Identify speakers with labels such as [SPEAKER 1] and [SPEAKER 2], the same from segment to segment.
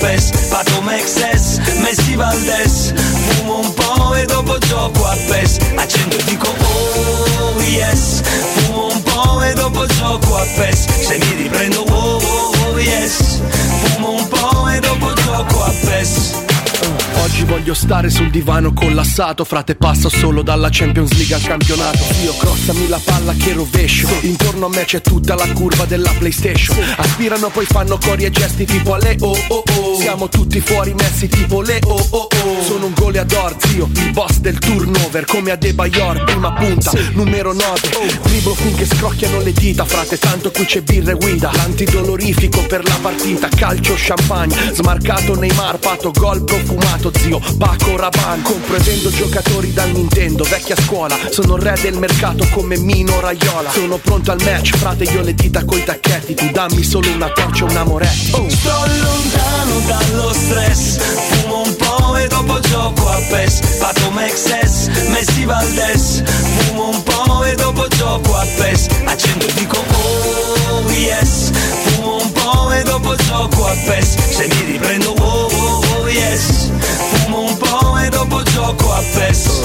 [SPEAKER 1] pes, pato Mexes, Messi Valdes, fumo un po' e dopo gioco a pes, accendo e dico oh yes, fumo un po' e dopo gioco a pes, se mi riprendo oh, oh, oh yes, fumo un po' e dopo gioco a pes.
[SPEAKER 2] Oggi voglio stare sul divano collassato Frate passo solo dalla Champions League al campionato Io crossami la palla che rovescio Intorno a me c'è tutta la curva della Playstation Aspirano poi fanno cori e gesti tipo alle oh oh oh Siamo tutti fuori messi tipo le oh oh oh Sono un goleador zio, il boss del turnover Come a Debayor, prima punta, numero 9 Dribblo finché scrocchiano le dita Frate tanto qui c'è birra e guida L'antidolorifico per la partita Calcio champagne, smarcato nei marpato Gol profumato zio, Baco Raban Compro e vendo giocatori da Nintendo, vecchia scuola Sono il re del mercato come Mino Raiola Sono pronto al match, frate io le dita coi tacchetti Tu dammi solo una torcia, un amoretti Oh.
[SPEAKER 1] Sto lontano dallo stress, fumo un po' e dopo gioco a PES, Pato Mexes, Messi Valdes, fumo un po' e dopo gioco a PES, accendo e dico oh yes, fumo un po' e dopo gioco a PES, se mi riprendo oh oh oh yes, fumo un po' e dopo gioco a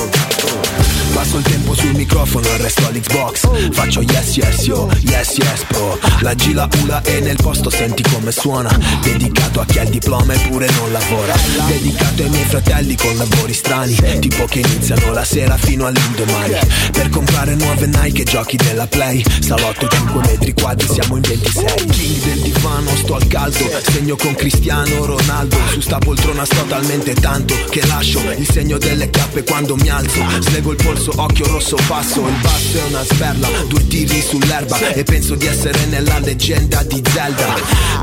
[SPEAKER 1] PES.
[SPEAKER 3] Passo il tempo sul microfono, resto all'Xbox Faccio yes yes yo, yes yes bro La gila ula e nel posto senti come suona Dedicato a chi ha il diploma eppure non lavora Dedicato ai miei fratelli con lavori strani Tipo che iniziano la sera fino all'indomani Per comprare nuove Nike e giochi della Play Salotto 5 metri quadri, siamo in 26 King del divano, sto al caldo Segno con Cristiano Ronaldo Su sta poltrona sto talmente tanto Che lascio il segno delle cappe quando mi alzo Slego il polso occhio rosso passo Il basso è una sperla, due tiri sull'erba E penso di essere nella leggenda di Zelda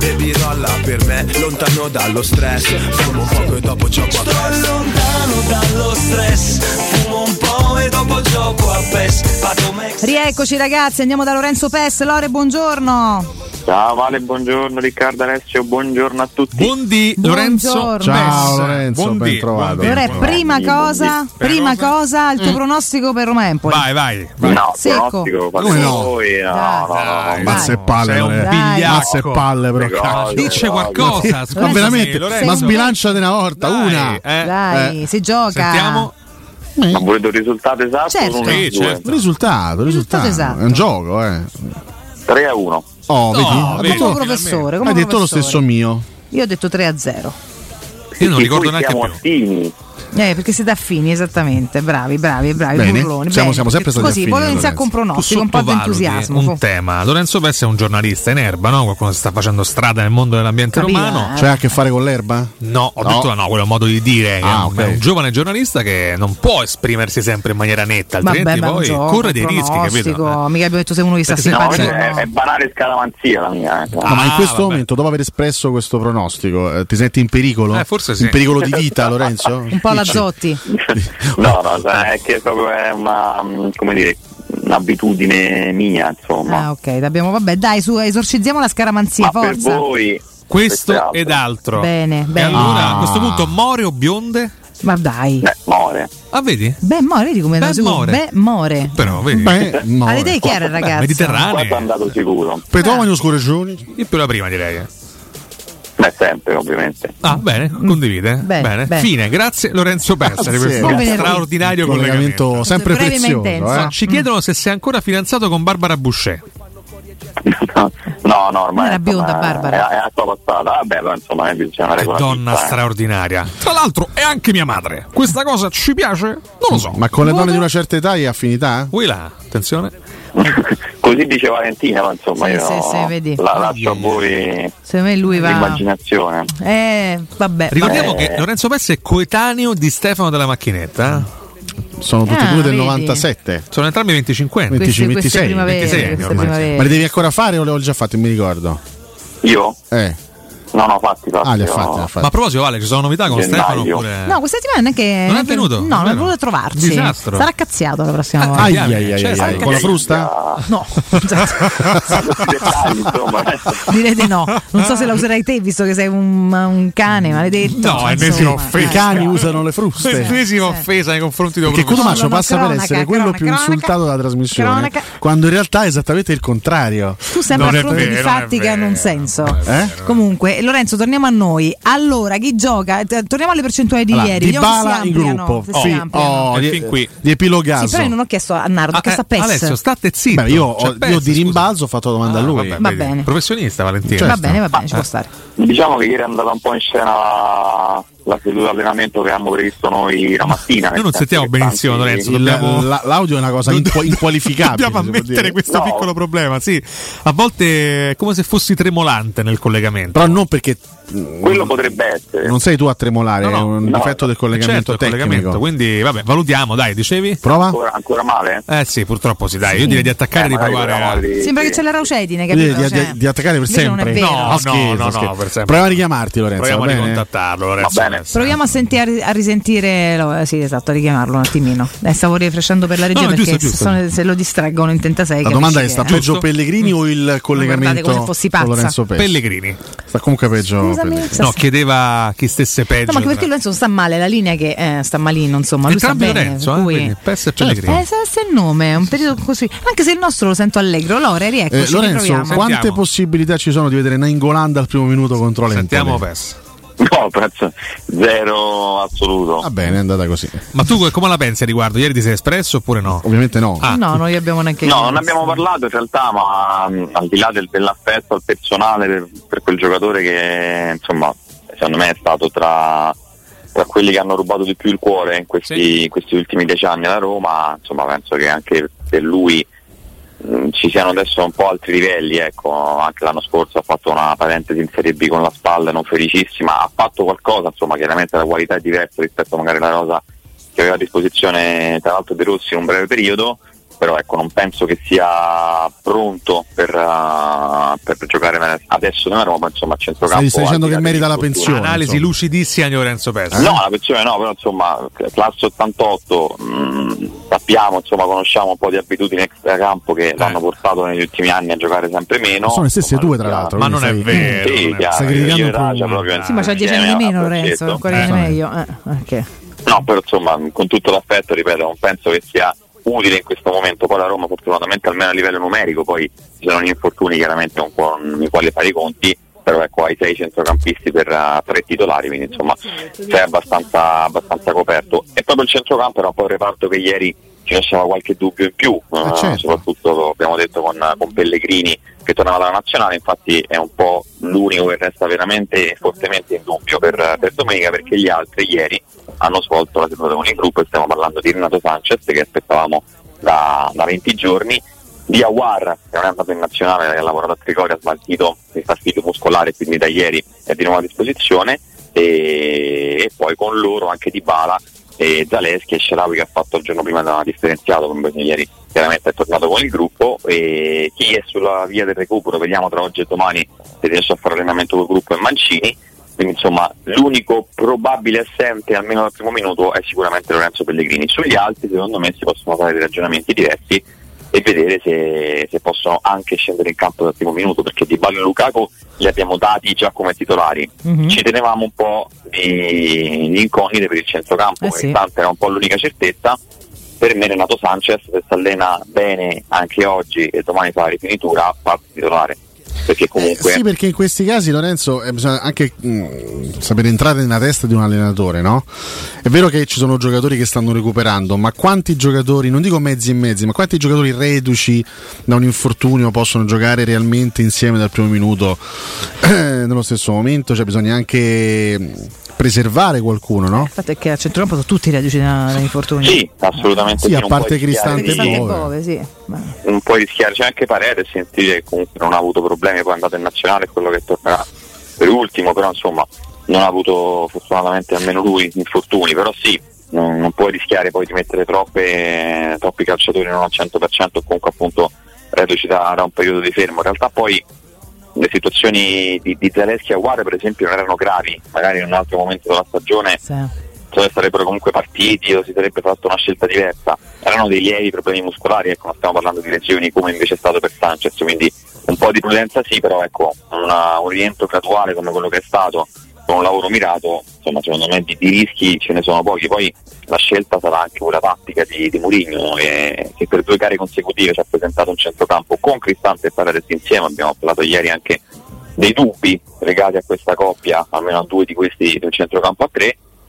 [SPEAKER 3] Baby rolla per me, lontano dallo stress Fumo un poco e dopo gioco a
[SPEAKER 1] PES
[SPEAKER 3] Sto
[SPEAKER 1] lontano dallo stress, fumo un po' e dopo gioco a PES, Pato Mexes
[SPEAKER 4] Rieccoci ragazzi, andiamo da Lorenzo Pes. Lore, buongiorno.
[SPEAKER 5] Ciao Vale, buongiorno Riccardo Alessio, buongiorno a tutti.
[SPEAKER 6] Buondì
[SPEAKER 4] Buongiorno.
[SPEAKER 6] Lorenzo
[SPEAKER 7] Ciao,
[SPEAKER 6] Messa.
[SPEAKER 7] Lorenzo,
[SPEAKER 6] Buondì,
[SPEAKER 7] ben trovato.
[SPEAKER 6] buondì.
[SPEAKER 4] Lore, prima
[SPEAKER 5] buondì,
[SPEAKER 4] cosa,
[SPEAKER 5] buondì.
[SPEAKER 4] prima
[SPEAKER 6] Prima
[SPEAKER 4] cosa, il tuo pronostico per Roma Empoli.
[SPEAKER 6] Mm. Vai, vai, vai.
[SPEAKER 5] No,
[SPEAKER 4] Secco.
[SPEAKER 5] pronostico,
[SPEAKER 6] Come no?
[SPEAKER 5] voi, no, no, no,
[SPEAKER 6] Dai,
[SPEAKER 5] no.
[SPEAKER 7] Mazza e
[SPEAKER 6] no,
[SPEAKER 7] palle,
[SPEAKER 6] sei un
[SPEAKER 7] Lorenzo.
[SPEAKER 4] Dai.
[SPEAKER 7] Mazze e
[SPEAKER 6] bigliacco.
[SPEAKER 7] palle, però.
[SPEAKER 5] Prego.
[SPEAKER 7] cazzo.
[SPEAKER 6] Dice
[SPEAKER 5] Dai.
[SPEAKER 6] qualcosa,
[SPEAKER 7] Ma
[SPEAKER 6] scusa,
[SPEAKER 4] Lorenzo,
[SPEAKER 7] veramente,
[SPEAKER 6] sì, Lorenzo.
[SPEAKER 7] ma
[SPEAKER 4] sei un-
[SPEAKER 7] sbilanciate una volta,
[SPEAKER 6] Dai,
[SPEAKER 7] una.
[SPEAKER 6] eh.
[SPEAKER 4] Dai, si gioca.
[SPEAKER 6] Sentiamo.
[SPEAKER 5] Ma volete un risultato esatto?
[SPEAKER 4] Certo.
[SPEAKER 5] Uno,
[SPEAKER 6] Sì,
[SPEAKER 5] due.
[SPEAKER 6] certo.
[SPEAKER 7] Risultato, risultato.
[SPEAKER 4] esatto.
[SPEAKER 7] È un gioco, eh.
[SPEAKER 5] 3 a 1.
[SPEAKER 7] Oh, vedi? Ha
[SPEAKER 6] vedi.
[SPEAKER 7] detto-
[SPEAKER 4] Come
[SPEAKER 6] Finalmente.
[SPEAKER 4] professore, come
[SPEAKER 7] Hai detto lo
[SPEAKER 4] professore.
[SPEAKER 7] stesso mio.
[SPEAKER 4] Io ho detto 3 a 0.
[SPEAKER 6] Io non ricordo neanche
[SPEAKER 5] siamo
[SPEAKER 6] più.
[SPEAKER 5] attimi.
[SPEAKER 4] Eh, perché siete affini, esattamente. Bravi, bravi, bravi.
[SPEAKER 7] Bene.
[SPEAKER 4] burloni.
[SPEAKER 7] Siamo- siamo sempre stati
[SPEAKER 4] Così,
[SPEAKER 7] affini,
[SPEAKER 4] volevo iniziare con un
[SPEAKER 7] Lorenzo.
[SPEAKER 6] Tu
[SPEAKER 4] pronostico, un po' di
[SPEAKER 6] sottovaluti
[SPEAKER 4] entusiasmo.
[SPEAKER 6] Un
[SPEAKER 4] fu.
[SPEAKER 6] tema. Eh, Lorenzo Pesce è un giornalista in erba, no? Qualcuno si sta facendo strada nel mondo dell'ambiente
[SPEAKER 4] Capito,
[SPEAKER 6] romano.
[SPEAKER 4] eh.
[SPEAKER 7] Cioè, ha a che fare con l'erba?
[SPEAKER 6] No, ho
[SPEAKER 7] No.
[SPEAKER 6] detto no, quello è un modo di dire. che
[SPEAKER 7] Ah,
[SPEAKER 6] è, un,
[SPEAKER 7] ok.
[SPEAKER 6] Eh, è un giovane giornalista che non può esprimersi sempre in maniera netta,
[SPEAKER 4] Vabbè,
[SPEAKER 6] altrimenti
[SPEAKER 4] ma è un
[SPEAKER 6] poi
[SPEAKER 4] gioco,
[SPEAKER 6] corre dei
[SPEAKER 4] un
[SPEAKER 6] rischi, capito?
[SPEAKER 4] pronostico. Mica abbiamo detto se uno gli sta
[SPEAKER 6] Perché se
[SPEAKER 5] No,
[SPEAKER 6] Sì. eh,
[SPEAKER 4] simpatico.
[SPEAKER 5] è, è banale scaramanzia la mia. eh.
[SPEAKER 7] No, ma in
[SPEAKER 6] Ah,
[SPEAKER 7] questo
[SPEAKER 6] vabbè.
[SPEAKER 7] momento, dopo aver espresso questo pronostico, eh, ti senti in pericolo?
[SPEAKER 6] Eh, forse sì.
[SPEAKER 7] In pericolo di vita, Lorenzo?
[SPEAKER 4] Un po' alla
[SPEAKER 7] Dici?
[SPEAKER 4] Zotti.
[SPEAKER 5] No, no, cioè, è che proprio è una, mm, come dire, un'abitudine mia, insomma.
[SPEAKER 4] Ah, ok, l'abbiamo- vabbè, dai, su, esorcizziamo la scaramanzia,
[SPEAKER 5] Ma per
[SPEAKER 4] forza.
[SPEAKER 5] voi
[SPEAKER 6] Questo
[SPEAKER 5] è
[SPEAKER 6] ed altro.
[SPEAKER 4] Bene,
[SPEAKER 6] E
[SPEAKER 4] bene.
[SPEAKER 6] allora
[SPEAKER 7] Ah.
[SPEAKER 6] a questo punto more o bionde?
[SPEAKER 4] Ma dai.
[SPEAKER 5] Beh, more.
[SPEAKER 6] Ah, vedi?
[SPEAKER 4] Beh, more, vedi come
[SPEAKER 6] Beh,
[SPEAKER 4] tu-
[SPEAKER 6] more.
[SPEAKER 4] Beh, more.
[SPEAKER 6] Però vedi. Eh,
[SPEAKER 7] Beh, no. eh.
[SPEAKER 4] Alle idee chi era il ragazzo?
[SPEAKER 5] Qua sono
[SPEAKER 6] Mediterraneo.
[SPEAKER 5] andato sicuro.
[SPEAKER 7] Petrolio scorreggioni.
[SPEAKER 6] Io più la prima direi.
[SPEAKER 5] Beh, sempre, ovviamente.
[SPEAKER 6] Ah, bene, condivide.
[SPEAKER 4] Mm. Bene,
[SPEAKER 6] Bene.
[SPEAKER 4] bene.
[SPEAKER 6] Fine, grazie Lorenzo Persa di questo
[SPEAKER 7] Buon
[SPEAKER 4] venerdì.
[SPEAKER 6] straordinario collegamento.
[SPEAKER 7] Collegamento sempre
[SPEAKER 4] Breve ma
[SPEAKER 7] prezioso.
[SPEAKER 4] intenso.
[SPEAKER 7] Eh?
[SPEAKER 6] Ci chiedono se sei ancora fidanzato con Barbara Boucher.
[SPEAKER 5] No, no, ormai
[SPEAKER 4] Era
[SPEAKER 5] insomma,
[SPEAKER 4] bionda, Barbara.
[SPEAKER 5] È, è la sua passata. Vabbè, però insomma, eh, c'è una
[SPEAKER 6] Che
[SPEAKER 5] regola.
[SPEAKER 6] donna
[SPEAKER 5] fissa, eh.
[SPEAKER 6] straordinaria. Tra l'altro è anche mia madre. Questa cosa ci piace? Non lo so.
[SPEAKER 7] Ma con le donne
[SPEAKER 4] Voto?
[SPEAKER 7] di una certa età e affinità?
[SPEAKER 6] Quella, attenzione.
[SPEAKER 5] Così dice Valentina, ma insomma,
[SPEAKER 4] Sì,
[SPEAKER 5] io
[SPEAKER 4] sì, sì, vedi.
[SPEAKER 5] la lascio a voi
[SPEAKER 4] Secondo me lui va.
[SPEAKER 5] l'immaginazione.
[SPEAKER 4] Eh, vabbè.
[SPEAKER 6] Ricordiamo
[SPEAKER 5] Eh.
[SPEAKER 6] che Lorenzo Pesce è coetaneo di Stefano della Macchinetta. eh?
[SPEAKER 7] Sono tutti e
[SPEAKER 4] Ah,
[SPEAKER 7] due del
[SPEAKER 4] vedi.
[SPEAKER 7] 97.
[SPEAKER 6] Sono entrambi 25 anni.
[SPEAKER 7] Quindi-
[SPEAKER 4] Queste,
[SPEAKER 7] 26,
[SPEAKER 4] queste primavere,
[SPEAKER 6] 26,
[SPEAKER 4] queste
[SPEAKER 6] ormai.
[SPEAKER 4] primavere.
[SPEAKER 7] Ma li devi ancora fare o le ho già fatte? Non mi ricordo.
[SPEAKER 5] Io?
[SPEAKER 7] Eh.
[SPEAKER 5] Non ho fatti, fatti.
[SPEAKER 7] Ah, li ha
[SPEAKER 5] no.
[SPEAKER 7] fatti, li ha
[SPEAKER 6] Ma a
[SPEAKER 7] fatti.
[SPEAKER 6] proposito, Vale, ci sono novità con
[SPEAKER 5] Gennaio.
[SPEAKER 6] Stefano? Oppure...
[SPEAKER 4] Eh. No, questa settimana neanche.
[SPEAKER 6] è
[SPEAKER 4] neanche-
[SPEAKER 6] venuto,
[SPEAKER 4] No, non è
[SPEAKER 6] vero?
[SPEAKER 4] voluto trovarci.
[SPEAKER 6] Disastro.
[SPEAKER 4] Sarà cazziato la prossima volta.
[SPEAKER 7] Ai,
[SPEAKER 6] Chiami,
[SPEAKER 7] ai, ai,
[SPEAKER 6] cioè,
[SPEAKER 7] ai,
[SPEAKER 6] sai
[SPEAKER 7] ai.
[SPEAKER 6] che-
[SPEAKER 7] eh, Con la frusta?
[SPEAKER 5] Ah,
[SPEAKER 4] No,
[SPEAKER 5] dettagli, insomma.
[SPEAKER 4] direi di no. Non so se la userai te, visto che sei un, un cane maledetto.
[SPEAKER 6] No, è
[SPEAKER 4] Insomma,
[SPEAKER 6] ennesima
[SPEAKER 4] dai.
[SPEAKER 7] I
[SPEAKER 6] offesa.
[SPEAKER 7] cani usano le fruste.
[SPEAKER 6] Questesima offesa nei confronti di un
[SPEAKER 7] Perché
[SPEAKER 6] professore.
[SPEAKER 4] no,
[SPEAKER 7] Codomaccio passa per
[SPEAKER 4] cronaca,
[SPEAKER 7] essere quello
[SPEAKER 4] cronaca,
[SPEAKER 7] più
[SPEAKER 4] cronaca.
[SPEAKER 7] insultato dalla trasmissione,
[SPEAKER 4] Cronaca.
[SPEAKER 7] quando in realtà è esattamente il contrario.
[SPEAKER 4] Tu sembra
[SPEAKER 6] Non
[SPEAKER 4] a
[SPEAKER 6] è
[SPEAKER 4] fronte di
[SPEAKER 6] vero, non è
[SPEAKER 4] fatti che hanno un
[SPEAKER 6] vero,
[SPEAKER 4] senso.
[SPEAKER 6] non è
[SPEAKER 7] Eh?
[SPEAKER 6] vero.
[SPEAKER 4] Comunque, Comunque, Lorenzo, torniamo a noi. Allora, chi gioca? T- Torniamo alle percentuali di
[SPEAKER 7] Allora,
[SPEAKER 4] ieri. Vediamo se
[SPEAKER 7] Dybala
[SPEAKER 4] si
[SPEAKER 7] in
[SPEAKER 4] ampliano.
[SPEAKER 7] gruppo.
[SPEAKER 4] se si
[SPEAKER 7] Sì,
[SPEAKER 4] ampliano.
[SPEAKER 7] oh,
[SPEAKER 6] E
[SPEAKER 7] di-
[SPEAKER 6] fin qui.
[SPEAKER 7] Di epilogaso.
[SPEAKER 4] Sì, però io non ho chiesto a Nardo che
[SPEAKER 6] Ah,
[SPEAKER 4] sta
[SPEAKER 6] eh,
[SPEAKER 4] PES.
[SPEAKER 6] Alessio, state zitto.
[SPEAKER 7] Beh, io, ho-
[SPEAKER 6] Cioè,
[SPEAKER 7] io
[SPEAKER 6] Pez,
[SPEAKER 7] di
[SPEAKER 6] scusa.
[SPEAKER 7] rimbalzo ho fatto domanda a
[SPEAKER 6] Ah,
[SPEAKER 7] lui.
[SPEAKER 6] vabbè,
[SPEAKER 7] Certo.
[SPEAKER 4] Va
[SPEAKER 6] vedi.
[SPEAKER 4] bene.
[SPEAKER 6] Professionista Valentino.
[SPEAKER 4] Va bene, va bene, ci può stare.
[SPEAKER 5] Diciamo che ieri è andata un po' in scena la, la seduta di allenamento che abbiamo previsto noi la mattina.
[SPEAKER 6] Noi non sentiamo benissimo, Lorenzo,
[SPEAKER 7] Il- eh,
[SPEAKER 6] Dobbiamo-
[SPEAKER 7] la- l'audio è una cosa inqua- inqualificabile.
[SPEAKER 6] Dobbiamo
[SPEAKER 7] si può
[SPEAKER 6] ammettere
[SPEAKER 7] dire.
[SPEAKER 6] questo
[SPEAKER 5] No.
[SPEAKER 6] piccolo problema, sì. A volte è come se fossi tremolante nel collegamento.
[SPEAKER 7] Però non perché mm,
[SPEAKER 5] Quello potrebbe essere.
[SPEAKER 7] non sei tu a tremolare,
[SPEAKER 6] No, no.
[SPEAKER 7] è un
[SPEAKER 5] No.
[SPEAKER 7] difetto del collegamento
[SPEAKER 6] Certo, il
[SPEAKER 7] tecnico.
[SPEAKER 6] collegamento, quindi vabbè, valutiamo, dai, dicevi?
[SPEAKER 7] Prova?
[SPEAKER 5] Ancora, ancora male?
[SPEAKER 6] Eh sì, purtroppo sì, dai, io direi di attaccare e
[SPEAKER 5] Eh,
[SPEAKER 6] di
[SPEAKER 5] magari
[SPEAKER 6] provare a...
[SPEAKER 5] eravamo lì,
[SPEAKER 4] Sembra
[SPEAKER 5] sì.
[SPEAKER 4] che c'è la Raucedine,
[SPEAKER 7] Quindi
[SPEAKER 4] capito?
[SPEAKER 7] Di,
[SPEAKER 4] Cioè,
[SPEAKER 7] di- di attaccare per
[SPEAKER 4] invece non è
[SPEAKER 7] sempre.
[SPEAKER 4] vero.
[SPEAKER 6] No,
[SPEAKER 7] Ah,
[SPEAKER 6] no,
[SPEAKER 7] scherzo,
[SPEAKER 6] no, no,
[SPEAKER 7] scherzo.
[SPEAKER 6] per sempre.
[SPEAKER 7] Proviamo a richiamarti, Lorenzo.
[SPEAKER 6] Proviamo a
[SPEAKER 7] va bene?
[SPEAKER 6] ricontattarlo, Lorenzo.
[SPEAKER 5] Va bene.
[SPEAKER 4] Proviamo a, sentire, a risentire, lo- sì esatto, a richiamarlo un attimino. Eh, stavo rifrescendo per la regia
[SPEAKER 6] No, no,
[SPEAKER 4] perché
[SPEAKER 6] giusto,
[SPEAKER 4] se
[SPEAKER 6] giusto.
[SPEAKER 4] sono- se lo distraggono in 36
[SPEAKER 7] La
[SPEAKER 4] capisci
[SPEAKER 7] domanda è:
[SPEAKER 4] che,
[SPEAKER 7] sta
[SPEAKER 4] eh.
[SPEAKER 7] peggio Pellegrini o il collegamento
[SPEAKER 4] come se fossi
[SPEAKER 7] con
[SPEAKER 4] pazza.
[SPEAKER 7] Lorenzo Pesce?
[SPEAKER 6] Pellegrini.
[SPEAKER 7] Sta comunque peggio.
[SPEAKER 4] Scusami, Ecco,
[SPEAKER 7] Pellegrini. Eh,
[SPEAKER 4] sta-
[SPEAKER 6] No, chiedeva chi stesse peggio.
[SPEAKER 4] No, ma anche perché Lorenzo sta male, la linea che eh, sta malino, insomma, lui sta
[SPEAKER 6] Entrambi
[SPEAKER 4] bene.
[SPEAKER 6] Lorenzo,
[SPEAKER 4] per
[SPEAKER 6] eh,
[SPEAKER 4] cui-
[SPEAKER 6] quindi Pes e Pellegrini.
[SPEAKER 4] eh, se se il nome, è un periodo così. Anche se il nostro lo sento allegro, Lore,
[SPEAKER 7] Eh,
[SPEAKER 4] rieccoci,
[SPEAKER 7] Lorenzo,
[SPEAKER 4] riproviamo.
[SPEAKER 7] quante
[SPEAKER 6] Sentiamo.
[SPEAKER 7] possibilità ci sono di vedere Naingolanda al primo minuto contro l'Empoli?
[SPEAKER 6] Sentiamo Pes.
[SPEAKER 5] No, penso, zero assoluto.
[SPEAKER 7] Va bene, è andata così.
[SPEAKER 6] Ma tu co- come la pensi a riguardo? Ieri ti sei espresso oppure no?
[SPEAKER 7] Ovviamente no.
[SPEAKER 6] Ah.
[SPEAKER 4] No, non gli abbiamo neanche
[SPEAKER 5] No,
[SPEAKER 4] chiesto.
[SPEAKER 5] non abbiamo parlato in realtà, ma mh, al di là del- dell'affetto al personale per, per quel giocatore che insomma secondo me è stato tra, tra quelli che hanno rubato di più il cuore in questi,
[SPEAKER 6] Sì.
[SPEAKER 5] in questi ultimi dieci anni alla Roma, insomma penso che anche per lui mh, Mm, ci siano adesso un po' altri livelli, ecco, anche l'anno scorso ha fatto una parentesi in Serie B con la spalla non felicissima, ha fatto qualcosa, insomma chiaramente la qualità è diversa rispetto magari alla rosa che aveva a disposizione tra l'altro De Rossi in un breve periodo, però ecco non penso che sia pronto per, eh, per giocare adesso nella Roma, insomma a centrocampo.
[SPEAKER 7] Stai- stai dicendo
[SPEAKER 5] al di là
[SPEAKER 7] che
[SPEAKER 4] eh,
[SPEAKER 7] merita la
[SPEAKER 5] dell'infortunio.
[SPEAKER 7] pensione? Sì,
[SPEAKER 6] Analisi
[SPEAKER 7] insomma.
[SPEAKER 6] lucidissima di Lorenzo Pes.
[SPEAKER 7] Eh?
[SPEAKER 5] No, la pensione no, però insomma, classe 88, mh, sappiamo, insomma, conosciamo un po' di abitudini extracampo che l'hanno portato negli ultimi anni a giocare sempre meno.
[SPEAKER 7] Eh. Sono le stesse
[SPEAKER 5] Insomma,
[SPEAKER 7] due, tra l'altro.
[SPEAKER 6] Ma non è
[SPEAKER 7] Quindi stai-
[SPEAKER 6] vero.
[SPEAKER 5] Sì,
[SPEAKER 6] non è-
[SPEAKER 5] chiaro,
[SPEAKER 7] Stai criticando
[SPEAKER 5] io e
[SPEAKER 7] un po'
[SPEAKER 5] Raja
[SPEAKER 7] un-
[SPEAKER 5] proprio in-
[SPEAKER 4] Sì, ma c'ha 10 anni di
[SPEAKER 5] insieme
[SPEAKER 4] meno,
[SPEAKER 5] a
[SPEAKER 4] Lorenzo,
[SPEAKER 5] braccetto.
[SPEAKER 4] ancora di
[SPEAKER 6] Eh.
[SPEAKER 4] meglio. Eh, ok.
[SPEAKER 5] No, però insomma, con tutto l'affetto, ripeto, non penso che sia utile in questo momento. Poi la Roma, fortunatamente, almeno a livello numerico, poi ci sono gli infortuni chiaramente un po' con i quali fare i conti. Però ecco, hai sei centrocampisti per eh, tre titolari, quindi insomma sei abbastanza, abbastanza coperto. E proprio il centrocampo era un po' il reparto che ieri ci lasciava qualche dubbio in più, eh,
[SPEAKER 7] certo.
[SPEAKER 5] soprattutto abbiamo detto con, con Pellegrini che tornava dalla nazionale, infatti è un po' l'unico che resta veramente e fortemente in dubbio per, per domenica perché gli altri ieri hanno svolto la seduta con il gruppo e stiamo parlando di Renato Sanchez che aspettavamo da, da 20 giorni di Awar che non è andato in nazionale che ha lavorato a Trigoria ha smaltito il fastidio muscolare quindi da ieri è di nuovo a disposizione e, e poi con loro anche Di Bala e Zaleschi e Sharawi che ha fatto il giorno prima da differenziato come ieri chiaramente è tornato con il gruppo e chi è sulla via del recupero vediamo tra oggi e domani se riesce a fare allenamento col gruppo è Mancini quindi insomma l'unico probabile assente almeno dal primo minuto è sicuramente Lorenzo Pellegrini sugli altri secondo me si possono fare dei ragionamenti diversi e vedere se, se possono anche scendere in campo dal primo minuto perché Di Bala e Lukaku li abbiamo dati già come titolari
[SPEAKER 4] Mhm.
[SPEAKER 5] ci tenevamo un po' di, di incognite per il centrocampo
[SPEAKER 4] Eh
[SPEAKER 5] che
[SPEAKER 4] sì.
[SPEAKER 5] tanto era un po' l'unica certezza per me Renato Sanchez se si allena bene anche oggi e domani fa la rifinitura fa titolare perché comunque
[SPEAKER 7] Eh, sì, perché in questi casi, Lorenzo, eh, bisogna anche mh, sapere entrare nella testa di un allenatore, no? È vero che ci sono giocatori che stanno recuperando, ma quanti giocatori, non dico mezzi e mezzi, ma quanti giocatori reduci da un infortunio possono giocare realmente insieme dal primo minuto eh, nello stesso momento? Cioè, bisogna anche mh, preservare qualcuno, no?
[SPEAKER 4] Il fatto è che a centrocampo sono tutti reduci da, da infortuni.
[SPEAKER 5] sì assolutamente
[SPEAKER 7] Sì, a
[SPEAKER 5] non
[SPEAKER 7] parte
[SPEAKER 5] puoi rischiare-
[SPEAKER 4] Cristante
[SPEAKER 7] Cristante e
[SPEAKER 4] e
[SPEAKER 7] Bove.
[SPEAKER 4] Bove, sì. Ma-
[SPEAKER 5] non puoi rischiare, c'è anche Paredes sentire che comunque non ha avuto problemi, poi è andato in nazionale, è quello che tornerà per ultimo, però insomma non ha avuto fortunatamente almeno lui infortuni, però sì, non, non puoi rischiare poi di mettere troppe, troppi calciatori non al 100% o comunque appunto reduci da, da un periodo di fermo, in realtà poi le situazioni di, di Zaleschi a Guare per esempio non erano gravi, magari in un altro momento della stagione
[SPEAKER 4] sì.
[SPEAKER 5] cioè sarebbero comunque partiti o si sarebbe fatta una scelta diversa. Erano dei lievi problemi muscolari, ecco, non stiamo parlando di lesioni come invece è stato per Sanchez, quindi un po' di prudenza sì, però ecco, una- un rientro graduale come quello che è stato, con un lavoro mirato, insomma secondo me di, di rischi ce ne sono pochi. Poi la scelta sarà anche quella tattica di, di Mourinho che, che per due gare consecutive ci ha presentato un centrocampo con Cristante e Paredes insieme, abbiamo parlato ieri anche dei dubbi legati a questa coppia, almeno a due di questi del centrocampo a tre,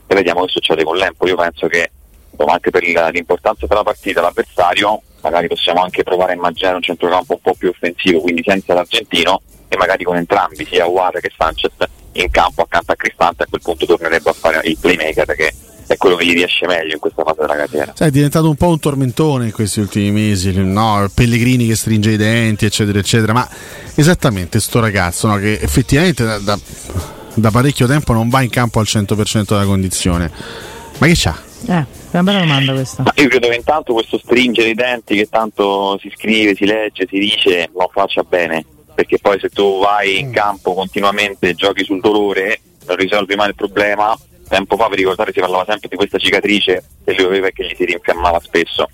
[SPEAKER 5] e vediamo che succede con l'Empo. Io penso che insomma, anche per il- l'importanza della partita, l'avversario, magari possiamo anche provare a immaginare un centrocampo un po' più offensivo, quindi senza l'Argentino e magari con entrambi, sia Uar che Sanchez, in campo accanto a Cristante, a quel punto tornerebbe a fare il playmaker che è quello che gli riesce meglio in questa fase della carriera.
[SPEAKER 7] Sai, è diventato un po' un tormentone in questi ultimi mesi, no? Pellegrini che stringe i denti, eccetera, eccetera. Ma esattamente sto ragazzo, no? Che effettivamente da, da- da parecchio tempo non va in campo al 100% della condizione. Ma che c'ha?
[SPEAKER 4] Eh, è una bella domanda questa.
[SPEAKER 5] Ma io credo che intanto questo stringere i denti che tanto si scrive, si legge, si dice non faccia bene, perché poi se tu vai
[SPEAKER 7] Mm.
[SPEAKER 5] in campo continuamente, giochi sul dolore, non risolvi mai il problema. Tempo fa, vi ricordate, si parlava sempre di questa cicatrice che lui aveva e che gli si rinfiammava spesso.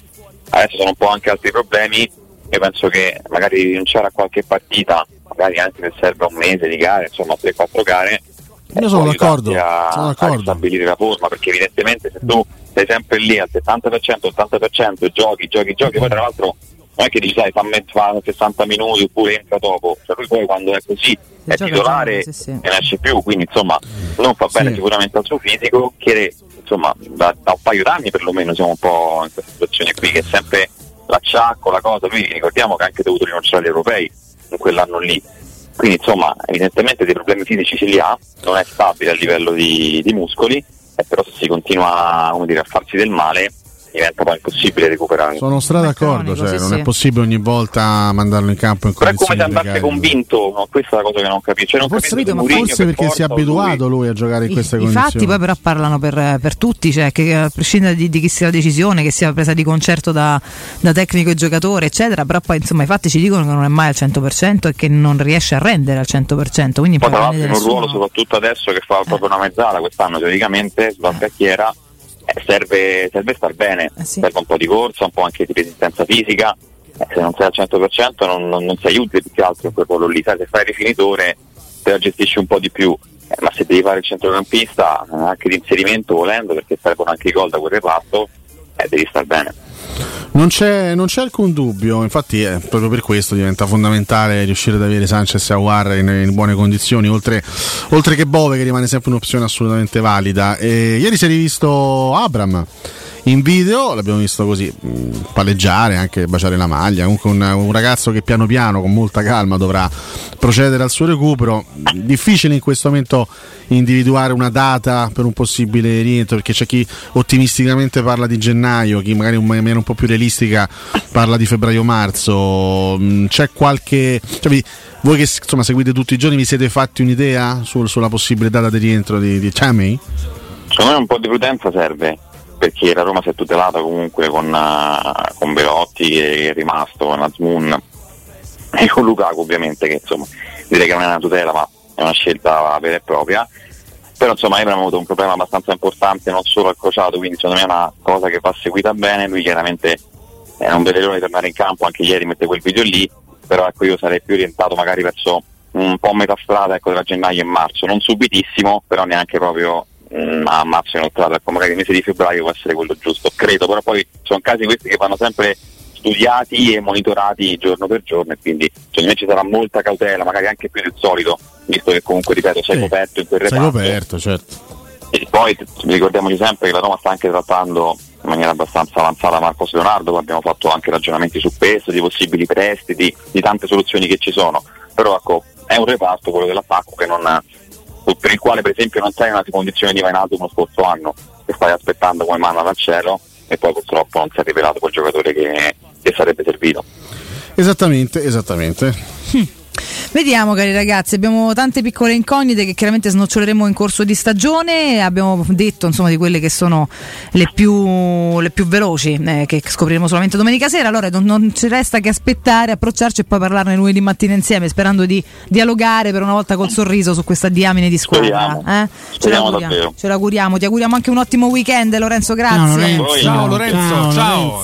[SPEAKER 5] Adesso sono un po' anche altri problemi e penso che magari rinunciare a qualche partita, magari anche se serve un mese di gare, insomma 3-4 gare, eh,
[SPEAKER 7] Io sono
[SPEAKER 5] può
[SPEAKER 7] d'accordo,
[SPEAKER 5] aiutarti A,
[SPEAKER 7] sono
[SPEAKER 5] a
[SPEAKER 7] d'accordo.
[SPEAKER 5] ristabilire la forma perché evidentemente se tu sei sempre lì al 70%, 80% giochi, giochi, giochi, poi tra l'altro non è che dici sai fa me- fa 60 minuti oppure entra dopo, cioè lui poi quando è così è
[SPEAKER 4] gioca,
[SPEAKER 5] titolare
[SPEAKER 4] gioca, sì, sì.
[SPEAKER 5] e non esce più, quindi insomma non fa bene
[SPEAKER 7] Sì.
[SPEAKER 5] sicuramente al suo fisico che insomma da, da un paio d'anni perlomeno siamo un po' in questa situazione qui che è sempre l'acciacco, la cosa, lui ricordiamo che ha anche dovuto rinunciare agli europei in quell'anno lì. Quindi insomma evidentemente dei problemi fisici ce li ha, non è stabile a livello di, di muscoli, e però se si continua come dire, a farsi del male diventa poi impossibile recuperare.
[SPEAKER 7] Sono stra d'accordo,
[SPEAKER 4] Mecanico,
[SPEAKER 7] cioè,
[SPEAKER 4] sì,
[SPEAKER 7] non
[SPEAKER 4] sì.
[SPEAKER 7] è possibile ogni volta mandarlo in campo in
[SPEAKER 5] Però è come
[SPEAKER 7] condizioni
[SPEAKER 5] se andasse
[SPEAKER 7] precare.
[SPEAKER 5] convinto, no, questa è la cosa che non capisco. Cioè, non
[SPEAKER 7] Forse,
[SPEAKER 5] capisco se
[SPEAKER 7] ma
[SPEAKER 5] Mourinho
[SPEAKER 7] forse
[SPEAKER 5] per
[SPEAKER 7] perché si è
[SPEAKER 5] forza o lui.
[SPEAKER 7] abituato lui a giocare in queste
[SPEAKER 4] Infatti
[SPEAKER 7] condizioni.
[SPEAKER 4] poi però parlano per, per tutti, cioè che a prescindere di, di chi sia la decisione, che sia presa di concerto da, da tecnico e giocatore, eccetera, però poi insomma i fatti ci dicono che non è mai al 100% e che non riesce a rendere al 100%, quindi poi
[SPEAKER 5] Poi tra
[SPEAKER 4] non
[SPEAKER 5] l'altro in
[SPEAKER 4] vede
[SPEAKER 5] un ruolo
[SPEAKER 4] nessuno.
[SPEAKER 5] soprattutto adesso che
[SPEAKER 4] Eh.
[SPEAKER 5] fa proprio una mezzala quest'anno teoricamente sulla scacchiera eh, serve, serve star bene,
[SPEAKER 4] Eh sì.
[SPEAKER 5] serve un po' di corsa, un po' anche di resistenza fisica, Eh, se non sei al 100% non, non, non si aiuti più che altro in quel ruolo lì, Sai, se fai il rifinitore te la gestisci un po' di più, Eh, ma se devi fare il centrocampista eh, anche di inserimento volendo perché servono anche i gol da quel reparto, eh, devi star bene.
[SPEAKER 7] Non c'è, non c'è alcun dubbio, infatti eh, proprio per questo diventa fondamentale riuscire ad avere Sanchez e Aguar in, in buone condizioni, oltre, oltre che Bove che rimane sempre un'opzione assolutamente valida. E ieri si è rivisto Abram in video, l'abbiamo visto così mh, palleggiare, anche baciare la maglia, comunque un, un ragazzo che piano piano, con molta calma, dovrà procedere al suo recupero. Difficile in questo momento individuare una data per un possibile rientro, perché c'è chi ottimisticamente parla di gennaio, chi magari in maniera un po' più realistica parla di febbraio-marzo. Mm, C'è qualche. cioè, vi- voi che insomma, seguite tutti i giorni, vi siete fatti un'idea sul- sulla possibile data di rientro di, di Chamey?
[SPEAKER 5] Secondo me un po' di prudenza serve perché la Roma si è tutelata comunque con, eh, con Belotti che è rimasto, con Azmoun e con Lukaku ovviamente che insomma direi che non è una tutela ma è una scelta vera e propria però insomma Ebram ha avuto un problema abbastanza importante non solo al crociato quindi secondo me è una cosa che va seguita bene lui chiaramente eh, non vede l'ora di tornare in campo anche ieri mette quel video lì però ecco io sarei più orientato magari verso un po' metà strada ecco, tra gennaio e marzo non subitissimo però neanche proprio mm, a marzo inoltrato ecco magari il mese di febbraio può essere quello giusto credo però poi sono casi questi che vanno sempre studiati e monitorati giorno per giorno e quindi secondo me ci sarà molta cautela magari anche più del solito visto che comunque ripeto sei
[SPEAKER 7] Sì,
[SPEAKER 5] coperto in quel
[SPEAKER 7] Sei
[SPEAKER 5] reparto
[SPEAKER 7] coperto, certo.
[SPEAKER 5] e poi t- ricordiamoci sempre che la Roma sta anche trattando in maniera abbastanza avanzata Marcos Leonardo, poi abbiamo fatto anche ragionamenti su questo, di possibili prestiti, di tante soluzioni che ci sono. Però ecco, è un reparto quello dell'attacco che non, per il quale per esempio non sei in una condizione di Vainato come lo scorso anno, che stai aspettando come mano dal cielo e poi purtroppo non si è rivelato quel giocatore che- che sarebbe servito.
[SPEAKER 7] Esattamente, esattamente.
[SPEAKER 4] Vediamo cari ragazzi, abbiamo tante piccole incognite che chiaramente snoccioleremo in corso di stagione, abbiamo detto insomma di quelle che sono le più, le più veloci eh, che scopriremo solamente domenica sera, allora non, non ci resta che aspettare, approcciarci e poi parlarne lunedì mattina insieme sperando di dialogare per una volta col sorriso su questa diamine di squadra.
[SPEAKER 5] Speriamo.
[SPEAKER 4] eh? Ce,
[SPEAKER 5] Speriamo
[SPEAKER 4] l'auguriamo,
[SPEAKER 5] davvero.
[SPEAKER 4] ce l'auguriamo, ti auguriamo anche un ottimo weekend Lorenzo, grazie.
[SPEAKER 7] Ciao Lorenzo,
[SPEAKER 5] Ciao,
[SPEAKER 6] Lorenzo, ciao.